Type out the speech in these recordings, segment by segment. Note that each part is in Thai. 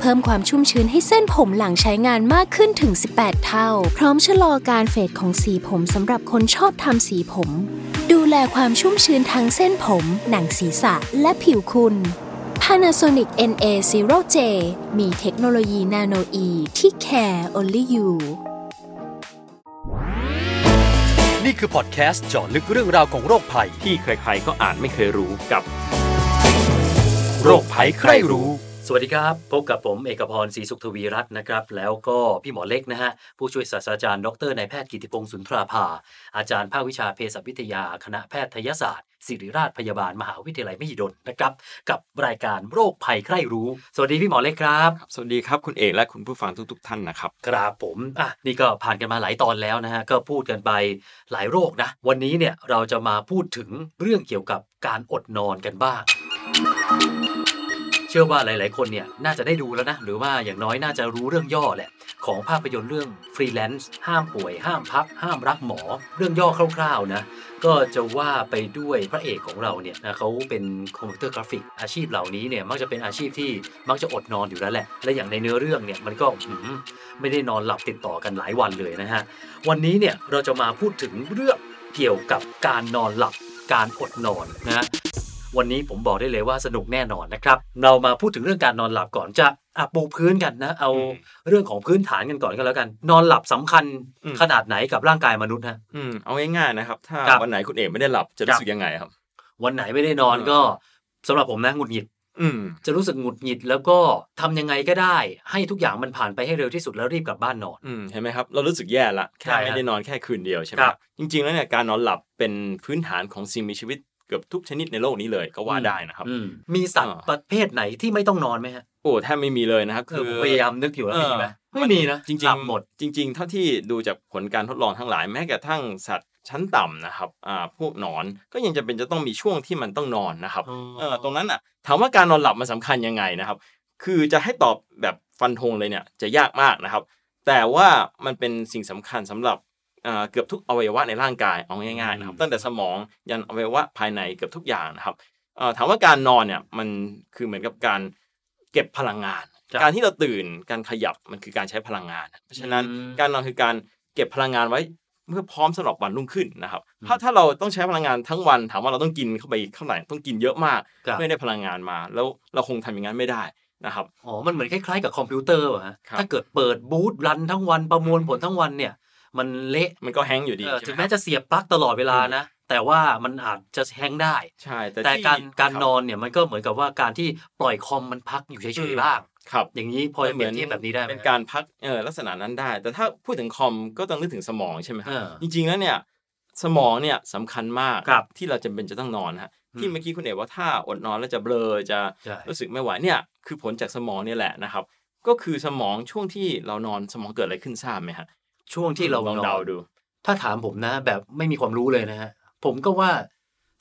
เพิ่มความชุ่มชื้นให้เส้นผมหลังใช้งานมากขึ้นถึง 18 เท่า พร้อมชะลอการเฟดของสีผมสำหรับคนชอบทำสีผม ดูแลความชุ่มชื้นทั้งเส้นผม หนังศีรษะและผิวคุณ Panasonic NA0J มีเทคโนโลยีนาโนอีที่ care only you นี่คือพอดแคสต์เจาะลึกเรื่องราวของโรคภัย ที่ใครๆก็อาจไม่เคยรู้กับ โรคภัยใครรู้ สวัสดีครับ พบกับผมเอกพรศรีสุขทวีรัตน์นะครับ แล้วก็พี่หมอเล็กนะฮะ ผู้ช่วยศาสตราจารย์ดรนายแพทย์กิติพงศ์สุนทราภา อาจารย์ภาควิชาเภสัชวิทยา คณะแพทยศาสตร์ ศิริราชพยาบาลมหาวิทยาลัยมหิดลนะครับ กับรายการโรคภัยใครรู้ สวัสดีพี่หมอเล็กครับ สวัสดีครับคุณเอกและคุณผู้ฟังทุกๆท่านนะครับ ครับผมอ่ะนี่ก็ผ่านกันมาหลายตอนแล้วนะฮะ ก็พูดกันไปหลายโรคนะ วันนี้เนี่ยเราจะมาพูดถึงเรื่องเกี่ยวกับการอดนอนกันบ้าง เชื่อว่าหลาย ๆ คนเนี่ยน่าจะได้ดูแล้วนะ หรือว่าอย่างน้อยน่าจะรู้เรื่องย่อแหละ ของภาพยนตร์เรื่องฟรีแลนซ์ห้ามป่วย ห้ามพัก ห้ามรักหมอ เรื่องย่อคร่าว ๆ นะ ก็จะว่าไปด้วยพระเอกของเราเนี่ยนะเขาเป็นคอมพิวเตอร์กราฟิก อาชีพเหล่านี้เนี่ยมักจะเป็นอาชีพที่มักจะอดนอนอยู่แล้วแหละ และอย่างในเนื้อเรื่องเนี่ยมันก็หืมไม่ได้นอนหลับติดต่อกันหลายวันเลยนะฮะ วันนี้เนี่ยเราจะมาพูดถึงเรื่องเกี่ยวกับการนอนหลับการอดนอนนะฮะ วันนี้ผมบอกได้เลยว่าสนุกแน่นอนนะครับ เรามาพูดถึงเรื่องการนอนหลับก่อนจะอะปูพื้นกันนะ เอา อืม เรื่องของพื้นฐานกันก่อนก็แล้วกัน นอนหลับสำคัญ อืม ขนาดไหนกับร่างกายมนุษย์ฮะ อืมเอาง่ายๆนะครับ ถ้า ครับ วันไหนคุณเอกไม่ได้หลับจะ ครั รู้ บ สึกยังไงครับ วันไหนไม่ได้นอน อืม ก็สำหรับผมนะหงุดหงิด อืม จะรู้สึกหงุดหงิดแล้วก็ทำยังไงก็ได้ ให้ทุกอย่างมันผ่านไปให้เร็วที่สุดแล้วรีบกลับบ้านนอน อืมเห็นไหมครับเรารู้สึกแย่ละแค่ ใช่ครับ ไม่ได้นอนแค่คืนเดียวใช่ไหม ค ค รั รั บบ จริง ๆ แล้วเนี่ยการนอนหลับเป็นพื้นฐานของสิ่งมีชีวิตเกือบทุกชนิดในโลกนี้เลยก็ว่า อืม ได้นะครับ อืมมีสัตว์ อ่า ประเภทไหนที่ไม่ต้องนอนไหมฮะ โอ้แทบไม่มีเลยนะครับ เอ คือ อ ผมพยายามนึกอยู่แล้ว เอ มี อ ไหมไม่ น มีนะ จริง หลับ ๆ หมด จริง ๆ เท่าที่ดูจากผลการทดลองทั้งหลายแม้กระทั่งสัตว์ชั้นต่ำนะครับอ่าพวกหนอนก็ยังจะเป็นจะต้องมีช่วงที่มันต้องนอนนะครับ เออตรงนั้นอ่ะถามว่าการนอนหลับมันสำคัญยังไงนะครับ คือจะให้ตอบแบบฟันธงเลยเนี่ยจะยากมากนะครับ แต่ว่ามันเป็นสิ่งสำคัญสำหรับเอ่อเกือบทุกอวัยวะในร่างกายเอาง่ายๆนะครับตั้งแต่สมองยันอวัยวะภายในเกือบทุกอย่างนะครับเอ่อถามว่าการนอนเนี่ยมันคือเหมือนกับการเก็บพลังงาน ครับ การที่เราตื่นการขยับมันคือการใช้พลังงาน เพราะฉะนั้น อืม การนอนคือการเก็บพลังงานไว้ เพื่อพร้อมสำหรับวันรุ่งขึ้นนะครับ ถ้าถ้าเราต้องใช้พลังงานทั้งวัน ถามว่าเราต้องกินเข้าไปเท่าไหร่ต้องกินเยอะมาก ครับ เพื่อให้ได้พลังงานมา แล้วเราคงทำอย่างนั้นไม่ได้นะครับ อ๋อ มันเหมือนคล้ายๆกับคอมพิวเตอร์ป่ะฮะ ครับ ถ้าเกิดเปิดบูตรันทั้งวันประมวลผลทั้งวันเนี่ย มันเละ มันก็แฮงก์อยู่ดี เออถึ ใช่ ง ไหม แม้จะเสียบปลั๊กตลอดเวลานะ แต่ว่ามันอาจจะแฮงก์ได้ ใช่แต่ แต่ ที่ การการ คบ นอนเนี่ยมันก็เหมือนกับว่าการที่ปล่อยคอมมันพักอยู่เฉยๆบ้าง ครับ อย่างนี้พอจะเปรียบเทียบแบบนี้ได้ไหม เป็นการพักเออลักษณะนั้นได้ แต่ถ้าพูดถึงคอมก็ต้องนึกถึงสมองใช่ไหมค เอ รับ อ จริงๆแล้วเนี่ยสมองเนี่ยสำคัญมาก ครับ ที่เราจำเป็นจะต้องนอนนะฮะ อืม ที่เมื่อกี้คุณเอกว่าถ้าอดนอนแล้วจะเบลอจะ ใช่ รู้สึกไม่ไหวเนี่ยคือผลจากสมองเนี่ยแหละนะครับ ก็คือสมองช่วงที่เรานอนสมองเกิดอะไรขึ้นทราบไหมฮะ ช่วงที่เรา ลอง นอ เดาน ดู ถ้าถามผมนะ แบบไม่มีความรู้เลยนะฮะ ผมก็ว่า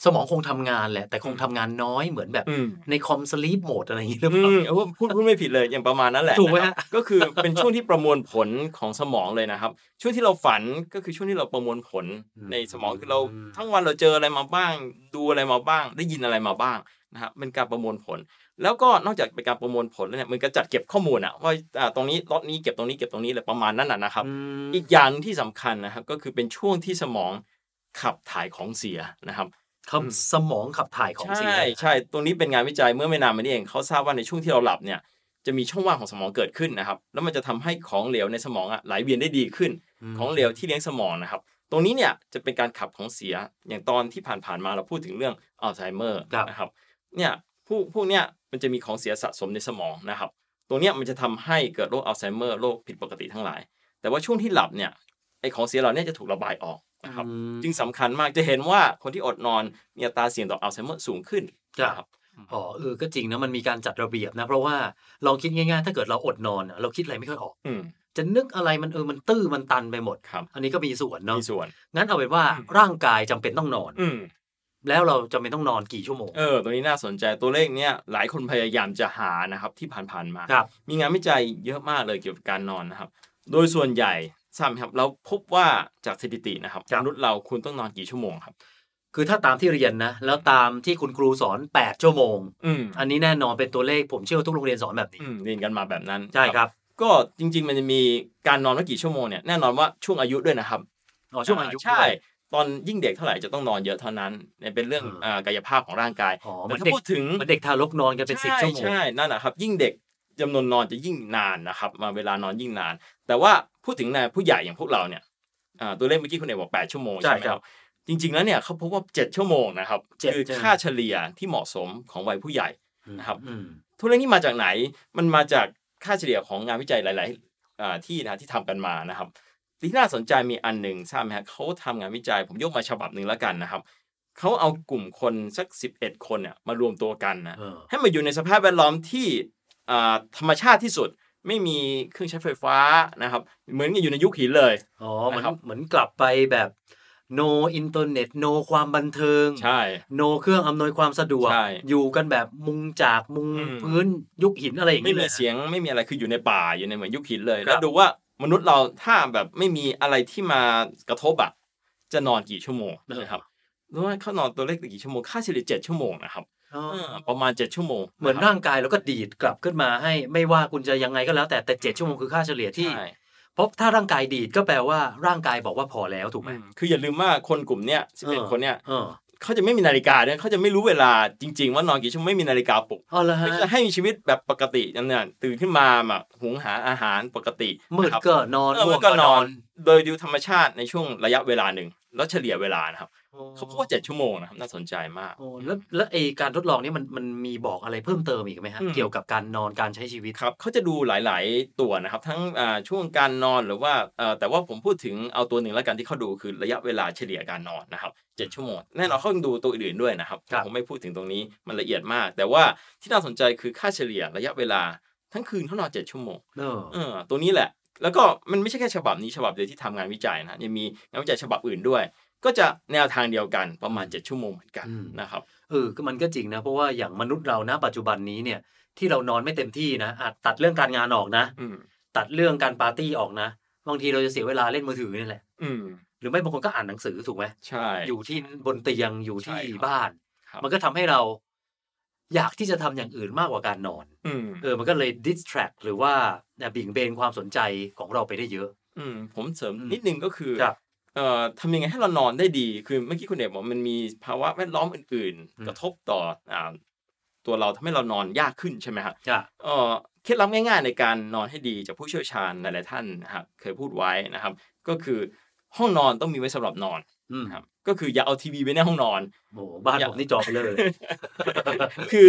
สมองคงทำงานแหละ แต่คงทำงานน้อยเหมือนแบบ อืม ในคอมสลีปโหมดอะไรอย่างนี้หรือ อื เปล่า มเออพูดพูดไม่ผิดเลยอย่างประมาณนั้นแหละ ถูกไหม นะครับ ฮะ ก็คือเป็นช่วงที่ประมวลผลของสมองเลยนะครับ ช่วงที่เราฝันก็คือช่วงที่เราประมวลผล อืม ในสมองคือเรา อืม ทั้งวันเราเจออะไรมาบ้าง ดูอะไรมาบ้าง ได้ยินอะไรมาบ้างนะฮะเป็นการประมวลผล แล้วก็นอกจากเป็นการประมวลผลแล้วเนี่ยมันก็จัดเก็บข้อมูลอะว่าอ่าตรงนี้ล็อตนี้เก็บตรงนี้เก็บตรงนี้เลยประมาณนั้นน่ะนะครับ อืม อีกอย่างหนึ่งที่สำคัญนะครับก็คือเป็นช่วงที่สมองขับถ่ายของเสียนะครับ คำสมองขับถ่ายของเสีย ใช่ใช่ตรงนี้เป็นงานวิจัยเมื่อไม่นานมานี้เองเขาทราบว่าในช่วงที่เราหลับเนี่ยจะมีช่องว่างของสมองเกิดขึ้นนะครับ แล้วมันจะทำให้ของเหลวในสมองอะไหลเวียนได้ดีขึ้น อืม ของเหลวที่เลี้ยงสมองนะครับ ตรงนี้เนี่ยจะเป็นการขับของเสียอย่างตอนที่ผ่านๆมาเราพูดถึงเรื่องอัลไซเมอร์ ครับ นะครับเนี่ยผู้พวกเนี่ยมันจะมีของเสียสะสมในสมองนะครับ ตรงเนี้ยมันจะทำให้เกิดโรคอัลไซเมอร์โรคผิดปกติทั้งหลาย แต่ว่าช่วงที่หลับเนี่ยไอของเสียเหล่าเนี้จะถูกระบายออกนะครับ อืม จึงสำคัญมากจะเห็นว่าคนที่อดนอนมีอัตราเสี่ยงต่ออัลไซเมอร์สูงขึ้น ครับ นะ อ๋อเออก็จริงนะมันมีการจัดระเบียบนะ เพราะว่าลองคิดง่ายๆ ถ้าเกิดเราอดนอนอะเราคิดอะไรไม่ค่อยออก อืม จะนึกอะไรมันเออมันตื้อมันตันไปหมด ครับ อันนี้ก็มีส่วนเนาะ มีส่วน งั้นเอาเป็นว่า อืม ร่างกายจำเป็นต้องนอน อืม แล้วเราจะเป็นต้องนอนกี่ชั่วโมง เออ ตัวนี้น่าสนใจตัวเลขเนี้ยหลายคนพยายามจะหานะครับที่ผ่านๆมา ครับ มีงานวิจัยเยอะมากเลยเกี่ยวกับการนอนนะครับ โดยส่วนใหญ่ทราบไหมครับเราพบว่าจากสถิตินะครับ ครับ มนุษย์เราคุณต้องนอนกี่ชั่วโมงครับ คือถ้าตามที่เรียนนะ แล้วตามที่คุณครูสอน 8 ชั่วโมง อืม อันนี้แน่นอนเป็นตัวเลขผมเชื่อว่าทุกโรงเรียนสอนแบบนี้ อืมเรียนกันมาแบบนั้น ใช่ครับ ก็จริงๆ มันจะมีการนอนว่ากี่ชั่วโมงเนี่ยแน่นอนว่าช่วงอายุด้วยนะครับ อ๋อช่วงอายุ ใช่ ด้วย ตอนยิ่งเด็กเท่าไหร่จะต้องนอนเยอะเท่านั้นเนี่ยเป็นเรื่อง อืม อ่ากายภาพของร่างกาย อ๋อเห แต่ มัน ถ้า เด็ก พูดถึง เหมันเด็กทารกนอนกันเป็นสิบ ใช่ ชั่วโมง ใช่นั่นนะครับ ยิ่งเด็กจำนวนนอนจะยิ่งนานนะครับมาเวลานอนยิ่งนาน แต่ว่าพูดถึงในผู้ใหญ่อย่างพวกเราเนี่ยอ่าตัวเลขเมื่อกี้คุณเอกบอก8ชั่วโมง ใช่ ใช่ไหม ค ครับรับจริงๆแล้วเนี่ยเขาพบว่า 7 ชั่วโมงนะครับ เจ็ด คือ ใช่ไหม ค่าเฉลี่ยที่เหมาะสมของวัยผู้ใหญ่ นะครับ อืม ทุเรื่องนี้มาจากไหนมันมาจากค่าเฉลี่ยของงานวิจัยหลายๆอ่าที่นะที่ทำกันมานะครับที่น่าสนใจมีอันหนึ่งทราบไหมฮะเขาทำงานวิจัยผมยกมาฉบับหนึ่งแล้วกันนะครับเขาเอากลุ่มคนสัก 11 คนเนี่ยมารวมตัวกันนะ เออ ให้มาอยู่ในสภาพแวดล้อมที่อ่าธรรมชาติที่สุด ไม่มีเครื่องใช้ไฟฟ้านะครับ เหมือนกับอยู่ในยุคหินเลย อ๋อเหมือน นะครับ เหมือนกลับไปแบบ no อินเทอร์เน็ต no ความบันเทิง ใช่ no เครื่องอำนวยความสะดวก ใช่ อยู่กันแบบมุงจากมุง อืม พื้นยุคหินอะไรอย่าง ไม่ เล มี ย เสียงไม่มีอะไรคืออยู่ในป่าอยู่ในเหมือนยุคหินเลย ครับ แล้วดูว่ามนุษย์เราถ้าแบบไม่มีอะไรที่มากระทบอ่ะจะนอนกี่ชั่วโมงนะครับรู้ไหมเขานอนตัวเลขกี่ชั่วโมงค่าเฉลี่ยเจ็ดชั่วโมงนะครับ อ๋อ เออประมาณเจ็ดชั่วโมง เหมือนะครับ ร่างกายแล้วก็ดีดกลับขึ้นมาให้ไม่ว่าคุณจะยังไงก็แล้วแต่แต่เจ็ดชั่วโมงคือค่าเฉลี่ยที่ ใช่ เพราะถ้าร่างกายดีดก็แปลว่าร่างกายบอกว่าพอแล้วถูกไหม คืออย่าลืมว่าคนกลุ่มเนี้ยสิบ เอ เอ็ด อ คนเนี้ย เออ เขาจะไม่มีนาฬิกาเนี่ยเขาจะไม่รู้เวลาจริง ๆ ว่านอนกี่ชั่วโมงไม่มีนาฬิกาปลุก เอาละฮะ ก็จะให้มีชีวิตแบบปกตินั่นเนี่ยตื่นขึ้นมาแบบหุงหาอาหารปกติ มืด นะครับ ก็นอน เออ ง่ มั วน ง ก็นอนโดยดูธรรมชาติในช่วงระยะเวลาหนึ่ง แล้วเฉลี่ยเวลานะครับเขาพูดว่าเจ็ดชั่วโมงนะครับน่าสนใจมาก โอ้แล้วแล้วไอการทดลองเนี้มันมันมีบอกอะไรเพิ่มเติมอีกไหมฮะ อืม เกี่ยวกับการนอนการใช้ชีวิต ครับเขาจะดูหลาย ๆ ตัวนะครับ ทั้งอ่าช่วงการนอนหรือว่าเอ่อแต่ว่าผมพูดถึงเอาตัวหนึ่งแล้วกันที่เขาดูคือระยะเวลาเฉลี่ยการนอนนะครับเจ็ดชั่วโมงแน่นอนเขายังดูตัวอื่น ๆ ด้วยนะครับ ครับ ผมไม่พูดถึงตรงนี้มันละเอียดมาก แต่ว่าที่น่าสนใจคือค่าเฉลี่ยระยะเวลาทั้งคืนเขานอนเจ็ดชั่วโมง เออ เออตัวนี้แหละ แล้วก็มันไม่ใช่แค่ฉบับนี้ฉบับเดียวที่ทำงานวิจัยนะยังมีงานวิจัยฉบับอื่นด้วย ก็จะแนวทางเดียวกันประมาณ 7 ชั่วโมงเหมือนกัน อืม นะครับ เออก็มันก็จริงนะ เพราะว่าอย่างมนุษย์เรานะปัจจุบันนี้เนี่ยที่เรานอนไม่เต็มที่นะอาจตัดเรื่องการงานออกนะ อืม ตัดเรื่องการปาร์ตี้ออกนะ บางทีเราจะเสียเวลาเล่นมือถือนี่แหละ อืม หรือไม่บางคนก็อ่านหนังสือถูกไหม ใช่ อยู่ที่บนเตียงอยู่ที่ ใช่ครับ บ้าน ครับ มันก็ทำให้เรา อยากที่จะทำอย่างอื่นมากกว่าการนอน อืม เออมันก็เลย distract หรือว่าเนี่ยบิ่งเบนความสนใจของเราไปได้เยอะ อืมผมเสริม อืม นิดนึงก็คือ ครับ เอ่อทำยังไงให้เรานอนได้ดีคือเมื่อกี้คุณเอกบอกมันมีภาวะแวดล้อมอื่น อืม ๆ กระทบต่ออ่าตัวเราทำให้เรานอนยากขึ้นใช่ไหมฮะ จ้ะ เอ่อเคล็ดลับง่ายๆในการนอนให้ดีจากผู้เชี่ยวชาญหลายๆท่านนะครับเคยพูดไว้นะครับ ก็คือห้องนอนต้องมีไว้สำหรับนอน อืม นะครับก็คืออย่าเอาทีวีไว้ในห้องนอน โอ้บ้าน อยาก ผมนี่จองไปเลย คือ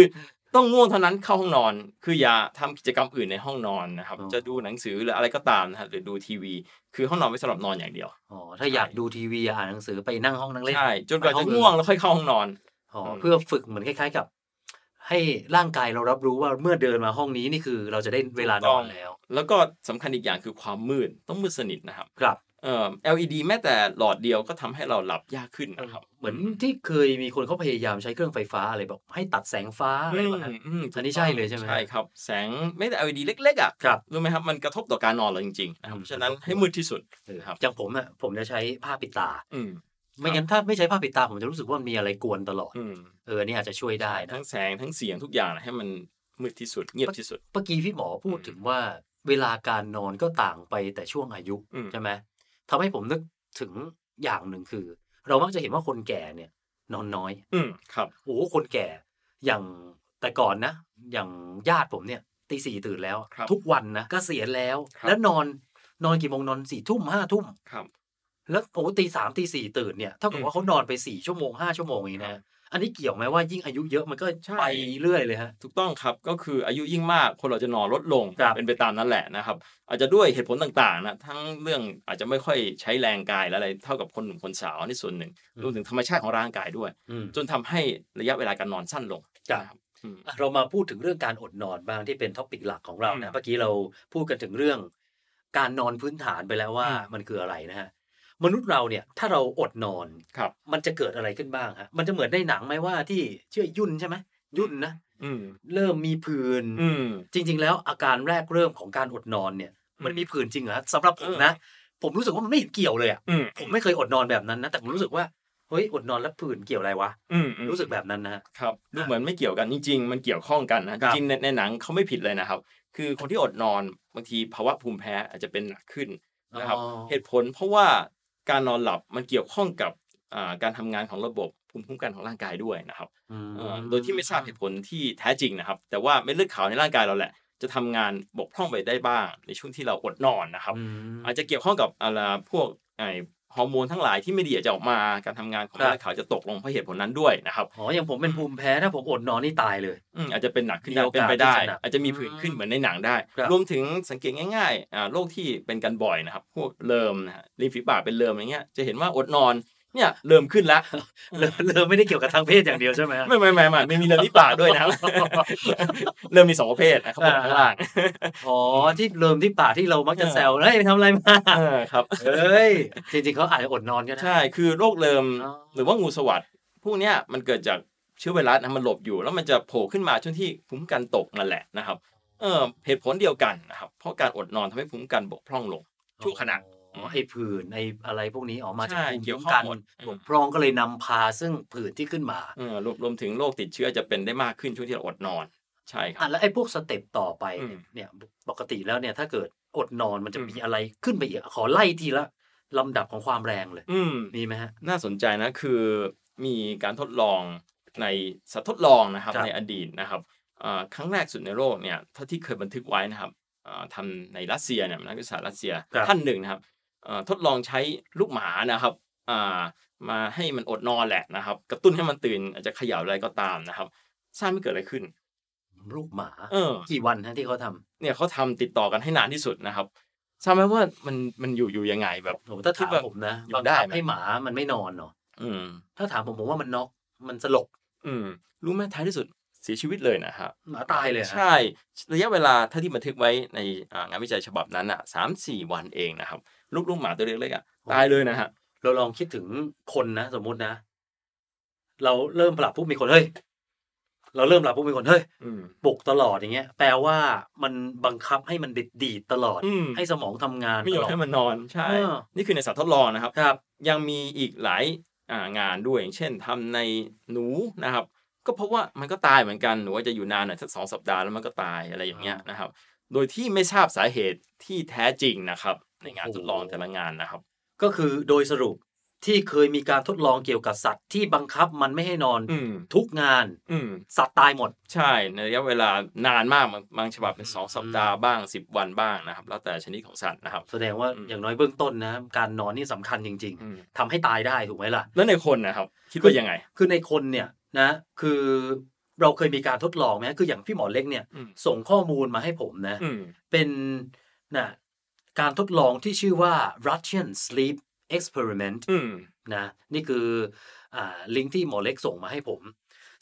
ต้องง่วงเท่านั้นเข้าห้องนอน คืออย่าทำกิจกรรมอื่นในห้องนอนนะครับจะดูหนังสือหรืออะไรก็ตามนะฮะหรือดูทีวี คือห้องนอนไว้สำหรับนอนอย่างเดียว อ๋อถ้าอยากดูทีวีอ่านหนังสือไปนั่งห้องนั่งเล่น ใช่จนกว่าจะง่วงแล้วค่อยเข้าห้องนอน อ๋ออ ม เพื่อฝึกเหมือนคล้าย ๆกับ ให้ร่างกายเรารับรู้ว่าเมื่อเดินมาห้องนี้นี่คือเราจะได้เวลานอนแล้ว แล้วก็สำคัญอีกอย่างคือความมืดต้องมืดสนิทนะครับ ครับ เอ่อ LED แม้แต่หลอดเดียวก็ทำให้เราหลับยากขึ้นนะครับ เหมือนที่เคยมีคนเขาพยายามใช้เครื่องไฟฟ้าอะไรบอกให้ตัดแสงฟ้าอะไรแบบนั้น มม อันนี้ใช่เลยใช่ไหม ใช่ครับ แสงไม่แต่ LED เล็กๆอ่ะ ครับ รู้ไหมครับ มันกระทบต่อการนอนเราจริงๆนะครับ อืม เพราะฉะนั้นให้มืดที่สุดนะครับ อย่างผมอะผมจะใช้ผ้าปิดตา อืม ไม่งั้นถ้าไม่ใช้ผ้าปิดตาผมจะรู้สึกว่ามันมีอะไรกวนตลอด อืม เอออนนี่อาจจะช่วยได้นะ ทั้งแสงทั้งเสียงทุกอย่างนะให้มันมืดที่สุด เงียบที่สุด เมื่อกี้พี่หมอพูดถึงว่า เวลาการนอนก็ต่างไปแต่ช่วงอายุ อืม ใช่ไหมทำให้ผมนึกถึงอย่างหนึ่งคือ เรามักจะเห็นว่าคนแก่เนี่ย นอนน้อย อืมครับ โอ้โหคนแก่อย่างแต่ก่อนนะ อย่างญาติผมเนี่ยตีสี่ตื่นแล้ว ครับ ทุกวันนะก็เสียณแล้ว ครับ แล้วนอนนอนกี่โมงนอนสี่ทุ่มห้าทุ่ม ครับ แล้วโอ้โหตีสามตีสี่ตื่นเนี่ยเท่ากับ อืม ว่าเขานอนไปสี่ชั่วโมงห้าชั่วโมงอย่างนี้ ครั นะ บ อันนี้เกี่ยวไหมว่ายิ่งอายุเยอะมันก็ ใช่ ไปเรื่อยเลยฮะ ถูกต้องครับก็คืออายุยิ่งมากคนเราจะนอนลดลง ครับ เป็นไปตามนั้นแหละนะครับ อาจจะด้วยเหตุผลต่างๆนะทั้งเรื่องอาจจะไม่ค่อยใช้แรงกายและอะไรเท่ากับคนหนุ่มคนสาวนี่ส่วนหนึ่ง อืม รวมถึงธรรมชาติของร่างกายด้วย อืม จนทำให้ระยะเวลาการนอนสั้นลง ครับ นะอืม อ่ะเรามาพูดถึงเรื่องการอดนอนบ้างที่เป็นท็อปิกหลักของเรา อื นะ ม เมื่อกี้เราพูดกันถึงเรื่อง การนอนพื้นฐานไปแล้วว่า อืม มันคืออะไรนะฮะ มนุษย์เราเนี่ยถ้าเราอดนอน ครับ มันจะเกิดอะไรขึ้นบ้างฮะ มันจะเหมือนในหนังไหมว่าที่เชื่อยุ่นใช่ไหมยุ่นนะ อืม เริ่มมีผื่น อืม จริง ๆ แล้วอาการแรกเริ่มของการอดนอนเนี่ย มันมีผื่นจริงเหรอสำหรับผมนะ ผมรู้สึกว่ามันไม่เห็นเกี่ยวเลยอ่ะ อืม ผมไม่เคยอดนอนแบบนั้นนะแต่ผมรู้สึกว่าเฮ้ยอดนอนแล้วผื่นเกี่ยวอะไรวะ อืมอืม รู้สึกแบบนั้นนะฮะ ครับดูเหมือนไม่เกี่ยวกันจริงๆ มันเกี่ยวข้องกันคนะจ รับ ริงๆในในหนังเขาไม่ผิดเลยนะครับ คือคนที่อดนอนบางทีภาวะภูมิแพ้อาจจะเป็นหนักขึ้นนะครับ อ๋อ เหตุผลเพราะว่าการนอนหลับมันเกี่ยวข้องกับอ่าการทำงานของระบบภูมิคุ้มกันของร่างกายด้วยนะครับ อืม เอ่อโดยที่ไม่ทราบเหตุผลที่แท้จริงนะครับ แต่ว่าเม็ดเลือดขาวในร่างกายเราแหละ จะทำงานบกพร่องไปได้บ้าง ในช่วงที่เราอดนอนนะครับ อืม อาจจะเกี่ยวข้องกับอะไรพวกไอฮอร์โมนทั้งหลายที่ไม่ดีอาจจะออกมาการทำงานของ ครับ เม็ดเลือดขาวจะตกลงเพราะเหตุผลนั้นด้วยนะครับ อ๋ออย่างผมเป็นภูมิแพ้ถ้าผมอดนอนนี่ตายเลย อืมอาจจะเป็นหนักขึ้น มี ได้ โอกาส เป็นไปได้ ที่จะหนัก อาจจะมีผื่นขึ้นเหมือนในหนังได้ ครับ รวมถึงสังเกตง่ายๆอ่าโรคที่เป็นกันบ่อยนะครับ พวกเลิมนะฮะริมฝีปากเป็นเลิมอย่างเงี้ยจะเห็นว่าอดนอนเนี่ยเลิมขึ้นละ เริ่มเริ่มไม่ได้เกี่ยวกับทางเพศอย่างเดียวใช่ไหมฮะ ไม่ไม่ไม่ไม่ไม่มีเลิมที่ปากด้วยนะครับ เลิมมีสองประเภทนะครับบนข้างล่าง อ๋อที่เริ่มที่ป่ากที่เรามักจะแซวเฮ้ยไปทำอะไรมา เออครับ เฮ้ย จริงๆเขาอาจจะอดนอนก็ได้ ใช่คือโรคเลิม อ๋อ หรือว่างูสวัสด์พวกเนี้ยมันเกิดจากเชื้อไวรัสนะมันหลบอยู่ แล้วมันจะโผล่ขึ้นมาช่วงที่ภูมิคุ้มกันตกนั่นแหละนะครับเออเหตุผลเดียวกันนะครับเพราะการอดนอนทำให้ภูมิคุ้มกันบกพร่องลงชั่วขณะ อ๋อไอ้ผื่นไอ้อะไรพวกนี้ออกมาจาก ใช่ ภูมิ เกี่ยว คุ้ม ข้อง กัน หมด บกพร่องก็เลยนำพาซึ่งผื่นที่ขึ้นมา เออรวมรวมถึงโรคติดเชื้อจะเป็นได้มากขึ้นช่วงที่เราอดนอน ใช่ค อ่ะ รับ แล้วไอ้พวกสเต็ปต่อไปเนี่ย อืม เนี่ยปกติแล้วเนี่ยถ้าเกิดอดนอนมันจะ อืม มีอะไรขึ้นไปอีกอ่ะขอไล่ทีละลำดับของความแรงเลย อืม มีไหมฮะ น่าสนใจนะคือมีการทดลองในสัตว์ทดลองนะครับ ครับ ในอดีตนะครับอ่าครั้งแรกสุดในโลกเนี่ยเท่าที่เคยบันทึกไว้นะครับอ่าทำในรัสเซียเนี่ยนักวิทยาศาสตร์รัสเซียท่านหนึ่งนะครับเอ่อทดลองใช้ลูกหมานะครับอ่ามาให้มันอดนอนแหละนะครับ กระตุ้นให้มันตื่นอาจจะเขย่าอะไรก็ตามนะครับทราบไม่เกิดอะไรขึ้น ลูกหมา เออ กี่วันฮะที่เขาท เนี่ยเขาทำติดต่อกันให้นานที่สุดนะครับทราบไหมว่ามันมันอยู่อยู่ยังไงแบบ ำโหถ้าถาม คิดว่า ผมนะ อยู่ บัง ได้ คับ ไหม ให้หมามันไม่นอนเนาะ อืม ถ้าถามผมผมว่ามันน็อกมันสลบ อืม รู้ไหมท้ายที่สุดเสียชีวิตเลยนะฮะ หมาตายเลยฮะ ใช่ ระยะเวลาถ้าที่บันทึกไว้ในอ่างานวิจัยฉบับนั้นอ่ะสามสี่วันเองนะครับ ลูกลูกหมาตัวเล็กๆอ่ะตายเลยนะฮะ เราลองคิดถึงคนนะ สมมุตินะ เราเริ่มปรับปุ๊บมีคนเฮ้ยเราเริ่มปรับปุ๊บมีคนเฮ้ย อืม ปลุกตลอดอย่างเงี้ย แปลว่ามันบังคับให้มันดิดดีดตลอด อืม ให้สมองทำงาน ไม่ยตอมลด ให้มันนอนใช่ เออ นี่คือในสัตว์ทดลองนะครับ ครับ ยังมีอีกหลายอ่างานด้วยอย่างเช่นทำในหนูนะครับ ก็เพราะว่ามันก็ตายเหมือนกันหนูว่าจะอยู่นานหน่อยสักสองสัปดาห์แล้วมันก็ตายอะไรอย่างเงี้ยนะครับ โดยที่ไม่ทราบสาเหตุที่แท้จริงนะครับ ในงานทดลองแต่ละงานนะครับ ก็คือโดยสรุปที่เคยมีการทดลองเกี่ยวกับสัตว์ที่บังคับมันไม่ให้นอน อืม ทุกงาน อืม สัตว์ตายหมด ใช่ในระยะเวลานานมากบางบางฉบับเป็นสองสัปดาห์บ้างสิบวันบ้างนะครับ แล้วแต่ชนิดของสัตว์นะครับ แสดงว่า อืม อย่างน้อยเบื้องต้นนะ การนอนนี่สำคัญจริง อืม ๆทำให้ตายได้ถูกไหมล่ะ แล้วในคนนะครับ คิดว่ายังไง คือในคนเนี่ยนะ คือเราเคยมีการทดลองไหมคืออย่างพี่หมอเล็กเนี่ย อืม ส่งข้อมูลมาให้ผมนะ อืม เป็นนะการทดลองที่ชื่อว่า Russian Sleep Experiment อืม นะนี่คืออ่าลิงก์ที่หมอเล็กส่งมาให้ผม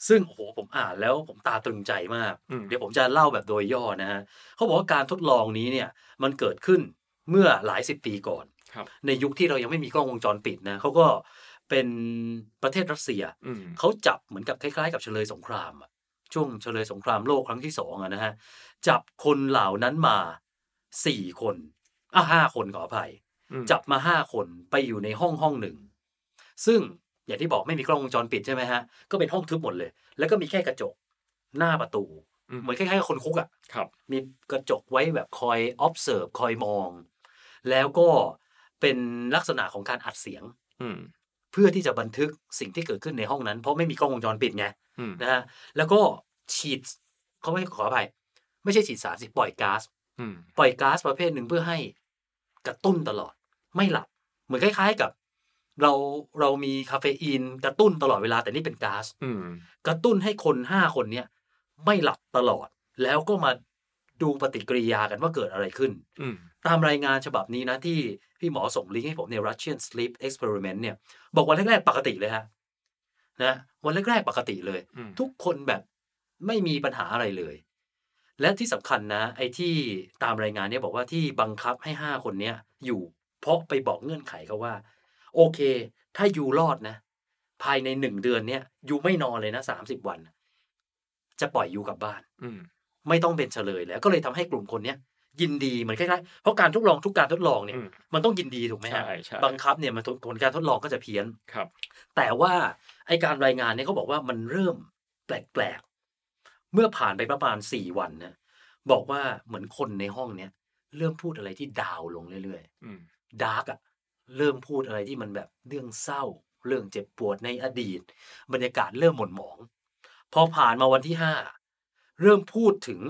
ซึ่งโอ้โหผมอ่านแล้วผมตาตรึงใจมาก อืม เดี๋ยวผมจะเล่าแบบโดยย่อนะฮะเขาบอกว่าการทดลองนี้เนี่ยมันเกิดขึ้นเมื่อหลายสิบปีก่อน ครับ ในยุคที่เรายังไม่มีกล้องวงจรปิดนะเขาก็เป็นประเทศรัสเซีย อืม เขาจับเหมือนกับคล้ายๆ กับเฉลยสงครามอะช่วงเฉลยสงครามโลกครั้งที่สองอะนะฮะจับคนเหล่านั้นมาสี่คนอ่ะห้าคนขออภัย อืม จับมาห้าคนไปอยู่ในห้องห้องหนึ่ง ซึ่งอย่างที่บอกไม่มีกล้องวงจรปิดใช่ไหมฮะ ก็เป็นห้องทึบหมดเลย แล้วก็มีแค่กระจก หน้าประตู อืม เหมือนคล้ายๆกับคนคุกอ่ะ ครับ มีกระจกไว้แบบคอย observe คอยมอง แล้วก็เป็นลักษณะของการอัดเสียง อืม เพื่อที่จะบันทึกสิ่งที่เกิดขึ้นในห้องนั้น เพราะไม่มีกล้องวงจรปิดไง อืม นะฮะ แล้วก็ฉีดเขาไม่ขออภัยไม่ใช่ฉีดสารสิปล่อยก๊าซ อืม ปล่อยก๊าซประเภทหนึ่งเพื่อให้กระตุ้นตลอด ไม่หลับ เหมือนคล้าย ๆกับ เราเรามีคาเฟอีนกระตุ้นตลอดเวลาแต่นี่เป็นก๊าซ อืม กระตุ้นให้คนห้าคนเนี้ยไม่หลับตลอด แล้วก็มาดูปฏิกิริยากันว่าเกิดอะไรขึ้น อืม ตามรายงานฉบับนี้นะที่พี่หมอส่งลิงก์ให้ผมใน Russian Sleep Experiment เนี่ย บอกวันแรกๆปกติเลยฮะนะวันแรกๆปกติเลย อืม ทุกคนแบบไม่มีปัญหาอะไรเลย และที่สำคัญนะ ไอ้ที่ตามรายงานเนี่ยบอกว่าที่บังคับให้ห้าคนเนี้ยอยู่เพราะไปบอกเงื่อนไขเขาว่า โอเค ถ้ายูรอดนะ ภายในหนึ่งเดือนเนี่ยยูไม่นอนเลยนะสามสิบวัน จะปล่อยยูกลับบ้าน อืม ไม่ต้องเป็นเฉลยแล้วก็เลยทำให้กลุ่มคนเนี้ยยินดีเหมือนคล้ายๆเพราะการทดลองทุกการทดลองเนี่ย อืม มันต้องยินดีถูกไหมฮะ ใช่ใช่ บังคับเนี่ยมันทดผลการทดลองก็จะเพี้ยน ครับ แต่ว่าไอการรายงานเนี่ยเขาบอกว่ามันเริ่มแปลกๆ เมื่อผ่านไปประมาณสี่วันนะบอกว่าเหมือนคนในห้องเนี้ยเริ่มพูดอะไรที่ดาวน์ลงเรื่อย อืม ๆดาร์กอะเริ่มพูดอะไรที่มันแบบเรื่องเศร้า เรื่องเจ็บปวดในอดีต บรรยากาศเริ่มหม่นหมอง พอผ่านมาวันที่ห้าเริ่มพูดถึง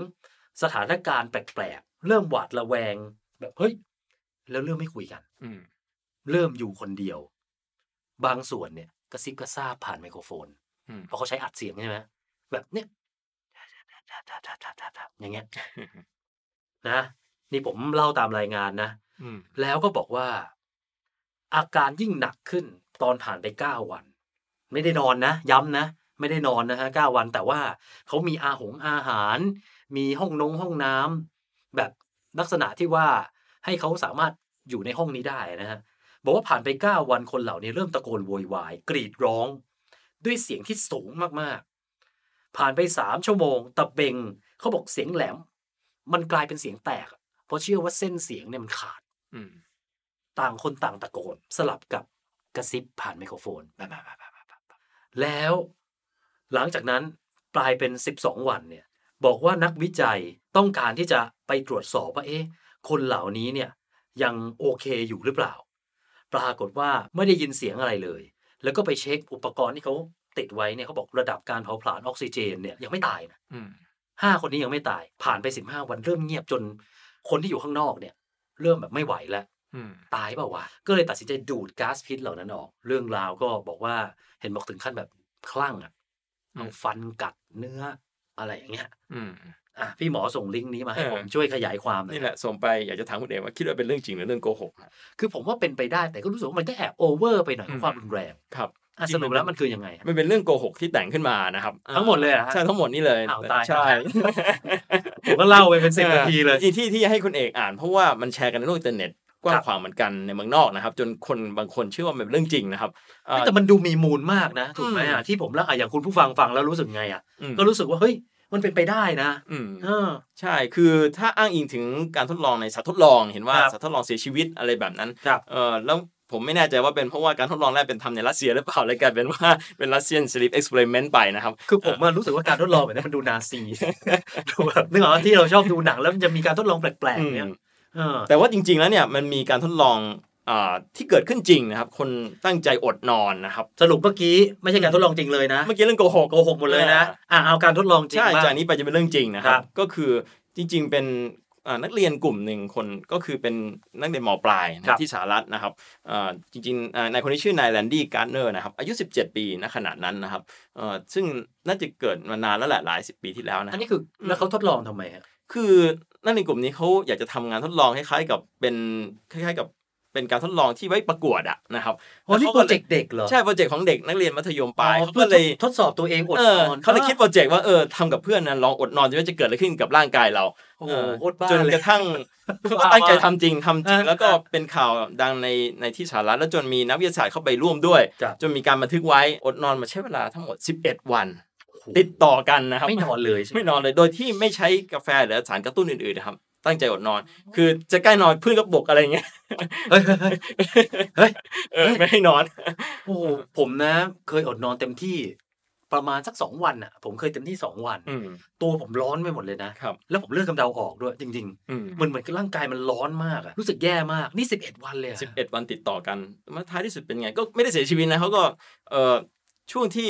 สถานการณ์แปลกๆ เริ่มหวาดระแวง แบบเฮ้ย แล้วเริ่มไม่คุยกัน อืม เริ่มอยู่คนเดียว บางส่วนเนี่ยกระซิบกระซาบผ่านไมโครโฟน อืม เพราะเขาใช้อัดเสียงใช่ไหมแบบเนี่ยอย่างเงี้ยนะนี่ผมเล่าตามรายงานนะ อืม แล้วก็บอกว่า อาการยิ่งหนักขึ้นตอนผ่านไปเก้าวัน ไม่ได้นอนนะ ย้ำนะ ไม่ได้นอนนะฮะเก้าวัน แต่ว่าเขามีอาหงอาหาร มีห้องนงห้องน้ำแบบลักษณะที่ว่าให้เขาสามารถอยู่ในห้องนี้ได้นะฮะบอกว่าผ่านไปเก้าวันคนเหล่านี้เริ่มตะโกนโวยวาย กรีดร้อง ด้วยเสียงที่สูงมากๆ ผ่านไปสามชั่วโมง ตะเบงเขาบอกเสียงแหลม มันกลายเป็นเสียงแตกอะเพราะเชื่อว่าเส้นเสียงเนี่ยมันขาด อืม ต่างคนต่างตะโกน สลับกับกระซิบผ่านไมโครโฟนแบบๆๆๆๆแล้วหลังจากนั้นปลายเป็น 12 วันเนี่ยบอกว่านักวิจัยต้องการที่จะไปตรวจสอบว่าเอ๊ะคนเหล่านี้เนี่ยยังโอเคอยู่หรือเปล่า ปรากฏว่าไม่ได้ยินเสียงอะไรเลย แล้วก็ไปเช็คอุปกรณ์ที่เขาติดไว้เนี่ยเขาบอกระดับการเผาผลาญออกซิเจนเนี่ยยังไม่ตายนะ อืม ห้าคนนี้ยังไม่ตาย ผ่านไปสิบห้าวันเริ่มเงียบจนคนที่อยู่ข้างนอกเนี่ย เริ่มแบบไม่ไหวแล้ว อืม ตายเปล่าวะ ก็เลยตัดสินใจดูดก๊าซพิษเหล่านั้นออก เรื่องราวก็บอกว่าเห็นบอกถึงขั้นแบบคลั่งอ่ะ อืม เอาฟันกัดเนื้ออะไรอย่างเงี้ย อืม อ่ะพี่หมอส่งลิงก์นี้มาให้ เออ ผมช่วยขยายความหน่อ นี่ ย แหละส่งไปอยากจะถามคุณเอกว่าคิดว่าเป็นเรื่องจริงหรือเรื่องโกหกฮะ คือผมว่าเป็นไปได้แต่ก็รู้สึกว่ามันก็แอบโอเวอร์ไปหน่อย อืม ความรุนแรง ครับ อ่ะ จริง สรุปแล้วมันคือยังไงฮะ มันเป็นเรื่องโกหกที่แต่งขึ้นมานะครับ ทั้งหมดเลยเหรอฮะ ใช่ทั้งหมดนี่เลย อ้าวตาย ใช่ ผมก็เล่าไป เป็นสิบนาทีเลย อีกที่ที่ให้คุณเอกอ่านเพราะว่ามันแชร์กันในโลกอินเทอร์เน็ตกว้าง ครับ ขวางเหมือนกันในเมืองนอกนะครับ จนคนบางคนเชื่อว่ามันเป็นเรื่องจริงนะครับเอ่อ แต่มันดูมีมูลมากนะถูกไหม อื อ่ะ ม ที่ผมแล้วอ่ะอย่างคุณผู้ฟังฟังแล้วรู้สึกไงอ่ะ อืม ก็รู้สึกว่าเฮ้ยมันเป็นไปได้นะ อืม เออ ใช่ คือถ้าอ้างอิงถึงการทดลองในสัตว์ทดลอง เห็นว่า ครับ สัตว์ทดลองเสียชีวิตอะไรแบบนั้น ครับ เออแล้วผมไม่แน่ใจว่าเป็นเพราะว่าการทดลองแรกเป็นทำในรัสเซียหรือเปล่าเลยกลายเป็นว่าเป็นรัสเซียนสลิปเอ็กซ์เพร์เมนต์ไปนะครับ คือผมมารู้สึกว่าการทดลองแบบนี้มันดูนาซี ดูแบบนึกออกไหมที่เราชอบดูหนังแล้วมันจะมีการทดลองแปลกๆเนี่ย อืม เออ แต่ว่าจริงๆแล้วเนี่ยมันมีการทดลองอ่าที่เกิดขึ้นจริงนะครับ คนตั้งใจอดนอนนะครับ สรุปเมื่อกี้ไม่ใช่การทดลองจริงเลยนะ เมื่อกี้เรื่องโกหก โกหกหมดเลยนะอ่ะเอาการทดลองจริง ใช่ บ้าง จากนี้ไปจะเป็นเรื่องจริงนะค ค รั รับ บ ก็คือจริงๆ เป็นอ่านักเรียนกลุ่มหนึ่งคนก็คือเป็นนักเรียนมปลายนะครับ ที่สหรัฐนะครับอ่าจริงๆอ่านายคนนี้ชื่อนายแลนดี้การ์ดเนอร์นะครับ อายุ 17 ปีณขณะนั้นนะครับเอ่อซึ่งน่าจะเกิดมานานแล้วแหละหลายสิบปีที่แล้วนะ อันนี้คือแล้วเขาทดลองทำไมฮะ คือนักเรียนกลุ่มนี้เขาอยากจะทำงานทดลองคล้ายๆกับเป็นคล้ายๆกับเป็นการทดลองที่ไว้ประกวดอะนะครับ อ๋อนี่โปรเจกต์เด็กเหรอ ใช่โปรเจกต์ของเด็กนักเรียนมัธยมปลาย อ๋อ เขา เพื่ ก็ อ เลย ทดสอบตัวเองอด เออน อน เขาเลยคิดโปรเจกต์ว่าเออทำกับเพื่อนนะลองอดนอนดูว่าจะเกิดอะไรขึ้นกับร่างกายเรา โอ้ เอ โห อ โคตรบ้า จน เลย กระทั่งเขา บ้า ก็ตั้งใจทำจริงทำจริง เออ แล้วก็เป็นข่าวดังในในที่สหรัฐแล้วจนมีนักวิทยาศาสตร์เข้าไปร่วมด้วย ครับ จนมีการบันทึกไว้อดนอนมาใช้เวลาทั้งหมด 11 วัน ติดต่อกันนะครับ ไม่นอนเลยใช่ไหม ไม่นอนเลยโดยที่ไม่ใช้กาแฟหรือสารกระตุ้นอื่นๆนะครับ ตั้งใจอดนอน คือจะใกล้นอนเพื่อนก็บกอะไรอย่างเงี้ย เฮ้ยเฮ้ยเฮ้ย เฮ้ย เออไม่ให้นอน โอ้โหผมนะ เคยอดนอนเต็มที่ประมาณสักสองวันอ่ะ ผมเคยเต็มที่สองวัน อืม ตัวผมร้อนไปหมดเลยนะครับ แล้วผมเลือดกำเดาออกด้วยจริง ๆ อืม มันเหมือนกับร่างกายมันร้อนมากอะรู้สึกแย่มาก นี่ 11 วันเลยอะ สิบเอ็ดวันติดต่อกันมาท้ายที่สุดเป็นไง ก็ไม่ได้เสียชีวิตนะเขาก็เอ่อช่วงที่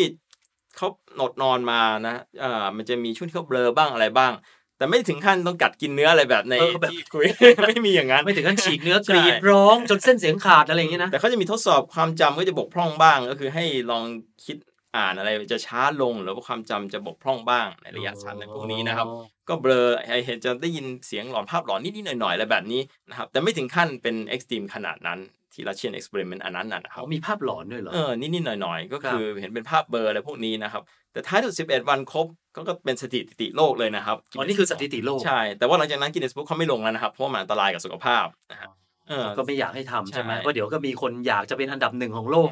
เขาหนดนอนมานะเอ่อมันจะมีช่วงที่เขาเบลอบ้างอะไรบ้าง แต่ไม่ถึงขั้นต้องกัดกินเนื้ออะไรแบบใน เออแบบ ที่คุย ไม่มีอย่างนั้น ไม่ถึงขั้นฉีกเนื้อกรีด ใช่ ร้องจนเส้นเสียงขาดอะไรอย่างเงี้ยนะ แต่เขาจะมีทดสอบความจำก็จะบกพร่องบ้าง ก็คือให้ลองคิดอ่านอะไรจะช้าลงหรือว่าความจำจะบกพร่องบ้างในระยะสั้นในพวกนี้นะครับ ก็เบลอไอ้เห็นจะได้ยินเสียงหลอนภาพหลอนนิดๆหน่อยๆอะไรแบบนี้นะครับแต่ไม่ถึงขั้นเป็นเอ็กซ์ตรีมขนาดนั้นที่รัสเชียนเอ็กซ์เพร์เมนต์อันนั้นนะนะครั เขา บ มีภาพหลอนด้วยเหรอ เออนิดๆหน่อยๆ ก็ ครับ คือเห็นเป็นภาพเบลอร์อะไรพวกนี้นะครับ แต่ท้ายสุด 11 วันครบก็ก็เป็นสถิติโลกเลยนะครับ อ๋อนี่คือสถิติโลก ใช่ แต่ว่าหลังจากนั้นกินเนสบุ๊กเขาไม่ลงแล้วนะครับ เพราะว่ามันอันตรายกับสุขภาพนะฮะ เออ ก็ไม่อยากให้ทำใช่ไหม ใช่ ก็เดี๋ยวก็มีคนอยากจะเป็นอันดับหนึ่งของโลก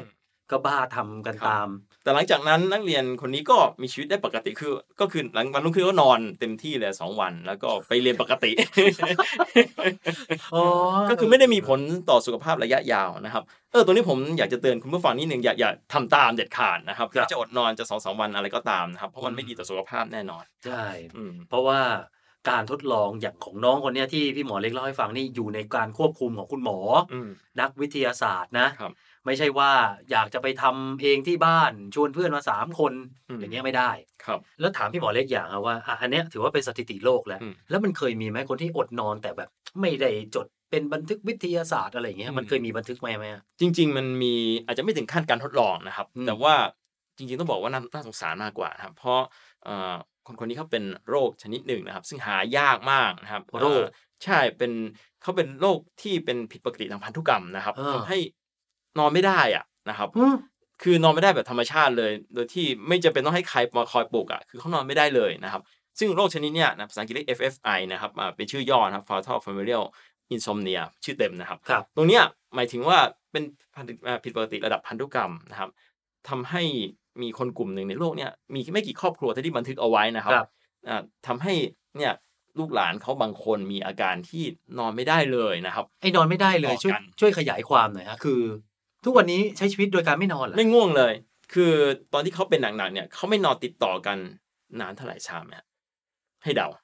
ก็บ้าทำกันตาม แต่หลังจากนั้นนักเรียนคนนี้ก็มีชีวิตได้ปกติคือ ก็คือหลังวันรุ่งขึ้นก็นอนเต็มที่เลยสองวัน แล้วก็ไปเรียนปกติ อ๋อ ก็คือไม่ได้มีผลต่อสุขภาพระยะยาวนะครับ เออตรงนี้ผมอยากจะเตือนคุณผู้ฟังนิดหนึ่งอย่าอย่าทำตามเด็ดขาดนะครับถ้าจะอดนอนจะสองสามวันอะไรก็ตามนะครับ เพราะมันไม่ดีต่อสุขภาพแน่นอน ใช่ อืม เพราะว่าการทดลองอย่างของน้องคนเนี้ยที่พี่หมอเล็กเล่าให้ฟังนี่อยู่ในการควบคุมของคุณหมอ อืม นักวิทยาศาสตร์นะครับ ไม่ใช่ว่าอยากจะไปทำเองที่บ้านชวนเพื่อนมาสามคน อืม อย่างเงี้ยไม่ได้ ครับ แล้วถามพี่หมอเล็กอย่างอะว่าอ่ะอันเนี้ยถือว่าเป็นสถิติโลกแล้ว อืม แล้วมันเคยมีไหมคนที่อดนอนแต่แบบ ไม่ได้จดเป็นบันทึกวิทยาศาสตร์อะไรอย่างเงี้ อื ย ม มันเคยมีบันทึกไหมไหมอะ จริง ๆ มันมีอาจจะไม่ถึงขั้นการทดลองนะครับ อืม แต่ว่าจริง ๆ ต้องบอกว่าน่านาสงสารมากกว่านะครับ เพราะเอ่อคนคนนี้เขาเป็นโรคชนิดหนึ่งนะครับ ซึ่งหายากมากนะครับ โรค เอ่อใช่เป็นเขาเป็นโรคที่เป็นผิดปกติทางพันธุกรรมนะครับ อ่า ทำให้นอนไม่ได้อะนะครับ อืม คือนอนไม่ได้แบบธรรมชาติเลย โดยที่ไม่จำเป็นต้องให้ใครมาคอยปลุกอ่ะ คือเขานอนไม่ได้เลยนะครับ ซึ่งโรคชนิดเนี้ยนะภาษาอังกฤษเรียก FFI นะครับอ่าเป็นชื่อย่อนะครับ Fatal Familial Insomnia ชื่อเต็มนะครับ ครับ ตรงเนี้ยหมายถึงว่าเป็นพันธุอ่าผิดปกติระดับพันธุกรรมนะครับทำให้มีคนกลุ่มหนึ่งในโลกเนี่ยมีไม่กี่ครอบครัวที่บันทึกเอาไว้นะครับ ครับ อ่าทำให้เนี่ยลูกหลานเขาบางคนมีอาการที่นอนไม่ได้เลยนะครับ ไอ้นอนไม่ได้เลย ต่อ ช่วย กัน ช่วยขยายความหน่อยฮะคือ ทุกวันนี้ใช้ชีวิตโดยการไม่นอนเหรอ ไม่ง่วงเลย คือตอนที่เขาเป็นหนักๆเนี่ยเขาไม่นอนติดต่อกันนานเท่าไหร่ชามฮะให้เดา อ่ะ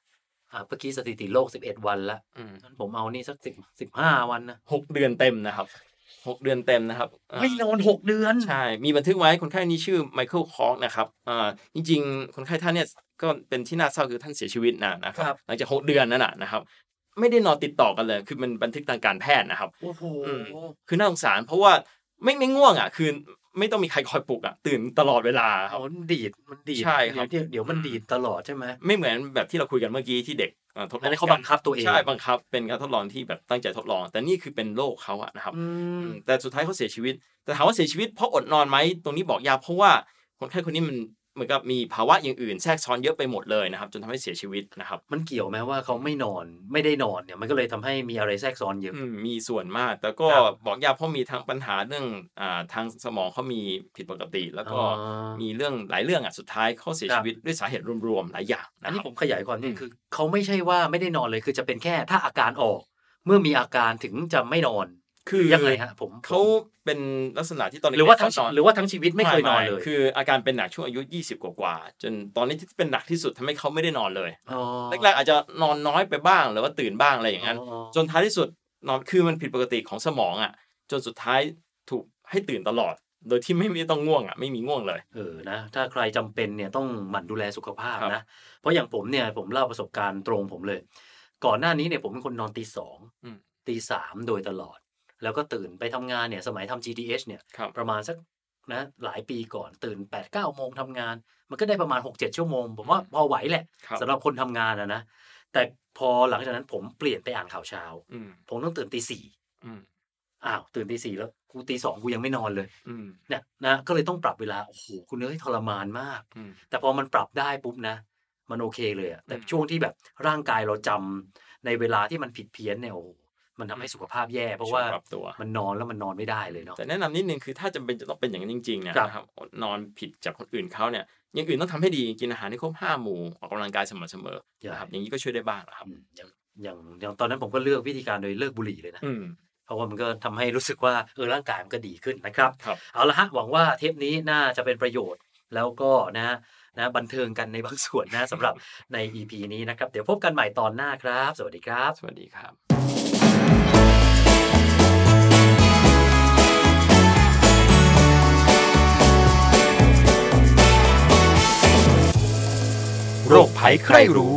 เมื่อกี้สถิติโลก 11 วันละงั้นผมเอานี่สักสิบสิบห้าวันนะ หกเดือนเต็มนะครับหกเดือนเต็มนะครับเอ่อ ไม่นอน 6 เดือน ใช่ มีบันทึกไว้คนไข้นี้ชื่อไมเคิลคอร์กนะครับอ่าจริงๆ คนไข้ท่านเนี่ยก็เป็นที่น่าเศร้าคือท่านเสียชีวิตนะนะค ครับ รับ หลังจากหกเดือนนั่นน่ะนะครับ ไม่ได้นอนติดต่อกันเลย คือมันบันทึกทางการแพทย์นะครับ โอ้โห อืม คือน่าสงสารเพราะว่าไม่ไม่ง่วงอ่ะคือไม่ต้องมีใครคอยปลุกอ่ะตื่นตลอดเวลาครับ อ๋อมันดีดมันดีด ใช่ครับ เดี๋ยวเดี๋ยวมันดีดตลอดใช่ไหม ไม่เหมือนแบบที่เราคุยกันเมื่อกี้ที่เด็กเอ่อทดลอง อันนี้เขา กั บังคับตัวเอง ใช่บังคับเป็นการทดลองที่แบบตั้งใจทดลอง แต่นี่คือเป็นโรคเขาอะนะครับ อืม อืมแต่สุดท้ายเขาเสียชีวิต แต่ถามว่าเสียชีวิตเพราะอดนอนไหมตรงนี้บอกยากเพราะว่าคนไข้คนนี้มันเหมือนกับมีภาวะอย่างอื่นแทรกซ้อนเยอะไปหมดเลยนะครับ จนทำให้เสียชีวิตนะครับ มันเกี่ยวไหมว่าเขาไม่นอนไม่ได้นอนเนี่ยมันก็เลยทำให้มีอะไรแทรกซ้อนเยอะ อืมมีส่วนมาก แต่ก็ ครับ บอกยากเพราะมีทั้งปัญหาเรื่องอ่าทางสมองเขามีผิดปกติ แล้วก็ อ๋อ มีเรื่องหลายเรื่องอ่ะสุดท้ายเขาเสีย ครับ ชีวิตด้วยสาเหตุรวมๆหลายอย่าง อัน นะค นี้ รับ ผมขยายความนิด อืม คือเขาไม่ใช่ว่าไม่ได้นอนเลยคือจะเป็นแค่ถ้าอาการออก เมื่อมีอาการถึงจะไม่นอน คือ ยังไงฮะ ผม เขาเป็นลักษณะที่ตอนเด็ก หรือว่าทั้ง เขนน หรือว่าทั้งชีวิตไม่เคยนอนเลย คืออาการเป็นหนักช่วงอายุ 20 กว่าๆจนตอนนี้ที่เป็นหนักที่สุดทำให้เขาไม่ได้นอนเลย อ แรกๆอาจจะนอนน้อยไปบ้างหรือว่าตื่นบ้างอะไรอย่างนั้น อ๋อ จนท้ายที่สุดนอนคือมันผิดปกติของสมองอ่ะ จนสุดท้ายถูกให้ตื่นตลอด โดยที่ไม่ไม่ต้องง่วงอ่ะไม่มีง่วงเลย เออนะถ้าใครจำเป็นเนี่ยต้องหมั่นดูแลสุขภาพ ครับ นะ เพราะอย่างผมเนี่ยผมเล่าประสบการณ์ตรงผมเลย ก่อนหน้านี้เนี่ยผมเป็นคนนอนตีสองตีสามโดยตลอด แล้วก็ตื่นไปทำงานเนี่ยสมัยทำ GDH เนี่ย ครับ ประมาณสักนะหลายปีก่อนตื่น8ปดเก้าโมงทำงาน มันก็ได้ประมาณ 6 7 ชั่วโมง ผมว่าพอไหวแหละ ครับ สำหรับคนทำงานอะนะแต่พอหลังจากนั้นผมเปลี่ยนไปอ่านข่าวเช้า อืม ผมต้องตื่นตีสี่ อืม อ้าวตื่นตีสี่แล้วกูตีสองกูยังไม่นอนเลย อืม เนี่ยนะก็เลยต้องปรับเวลาโอ้โหคุณเอ้ยทรมานมาก อืม แต่พอมันปรับได้ปุ๊บนะ มันโอเคเลยอะแต่ อืม ช่วงที่แบบร่างกายเราจำในเวลาที่มันผิดเพี้ยนเนี่ยโอ้โหมันทำให้ อืม สุขภาพแย่ เพราะว่า ช่วงปรับตัว มันนอนแล้วมันนอนไม่ได้เลยเนาะ แต่แนะนำนิดนึงคือถ้าจำเป็นจะต้องเป็นอย่างนั้นจริงๆเนี่ย ครับ นะครับอดนอนผิดจากคนอื่นเขาเนี่ยอย่างอื่นต้องทำให้ดีกินอาหารให้ครบห้าหมู่ออกกำลังกายสม่ำเสมอนะครับอย่างนี้ก็ช่วยได้บ้างนะครับ อืมอย่างอย่างอย่างตอนนั้นผมก็เลือกวิธีการโดยเลิกบุหรี่เลยนะ อืม เพราะว่ามันก็ทำให้รู้สึกว่าเออร่างกายมันก็ดีขึ้นนะครับ ครับ เอาละฮะหวังว่าเทปนี้น่าจะเป็นประโยชน์แล้วก็นะนะบันเทิงกันในบางส่วนนะสำหรับใน EP นี้นะครับ เดี๋ยวพบกันใหม่ตอนหน้าครับ สวัสดีครับ สวัสดีครับ โรคภัยใครรู้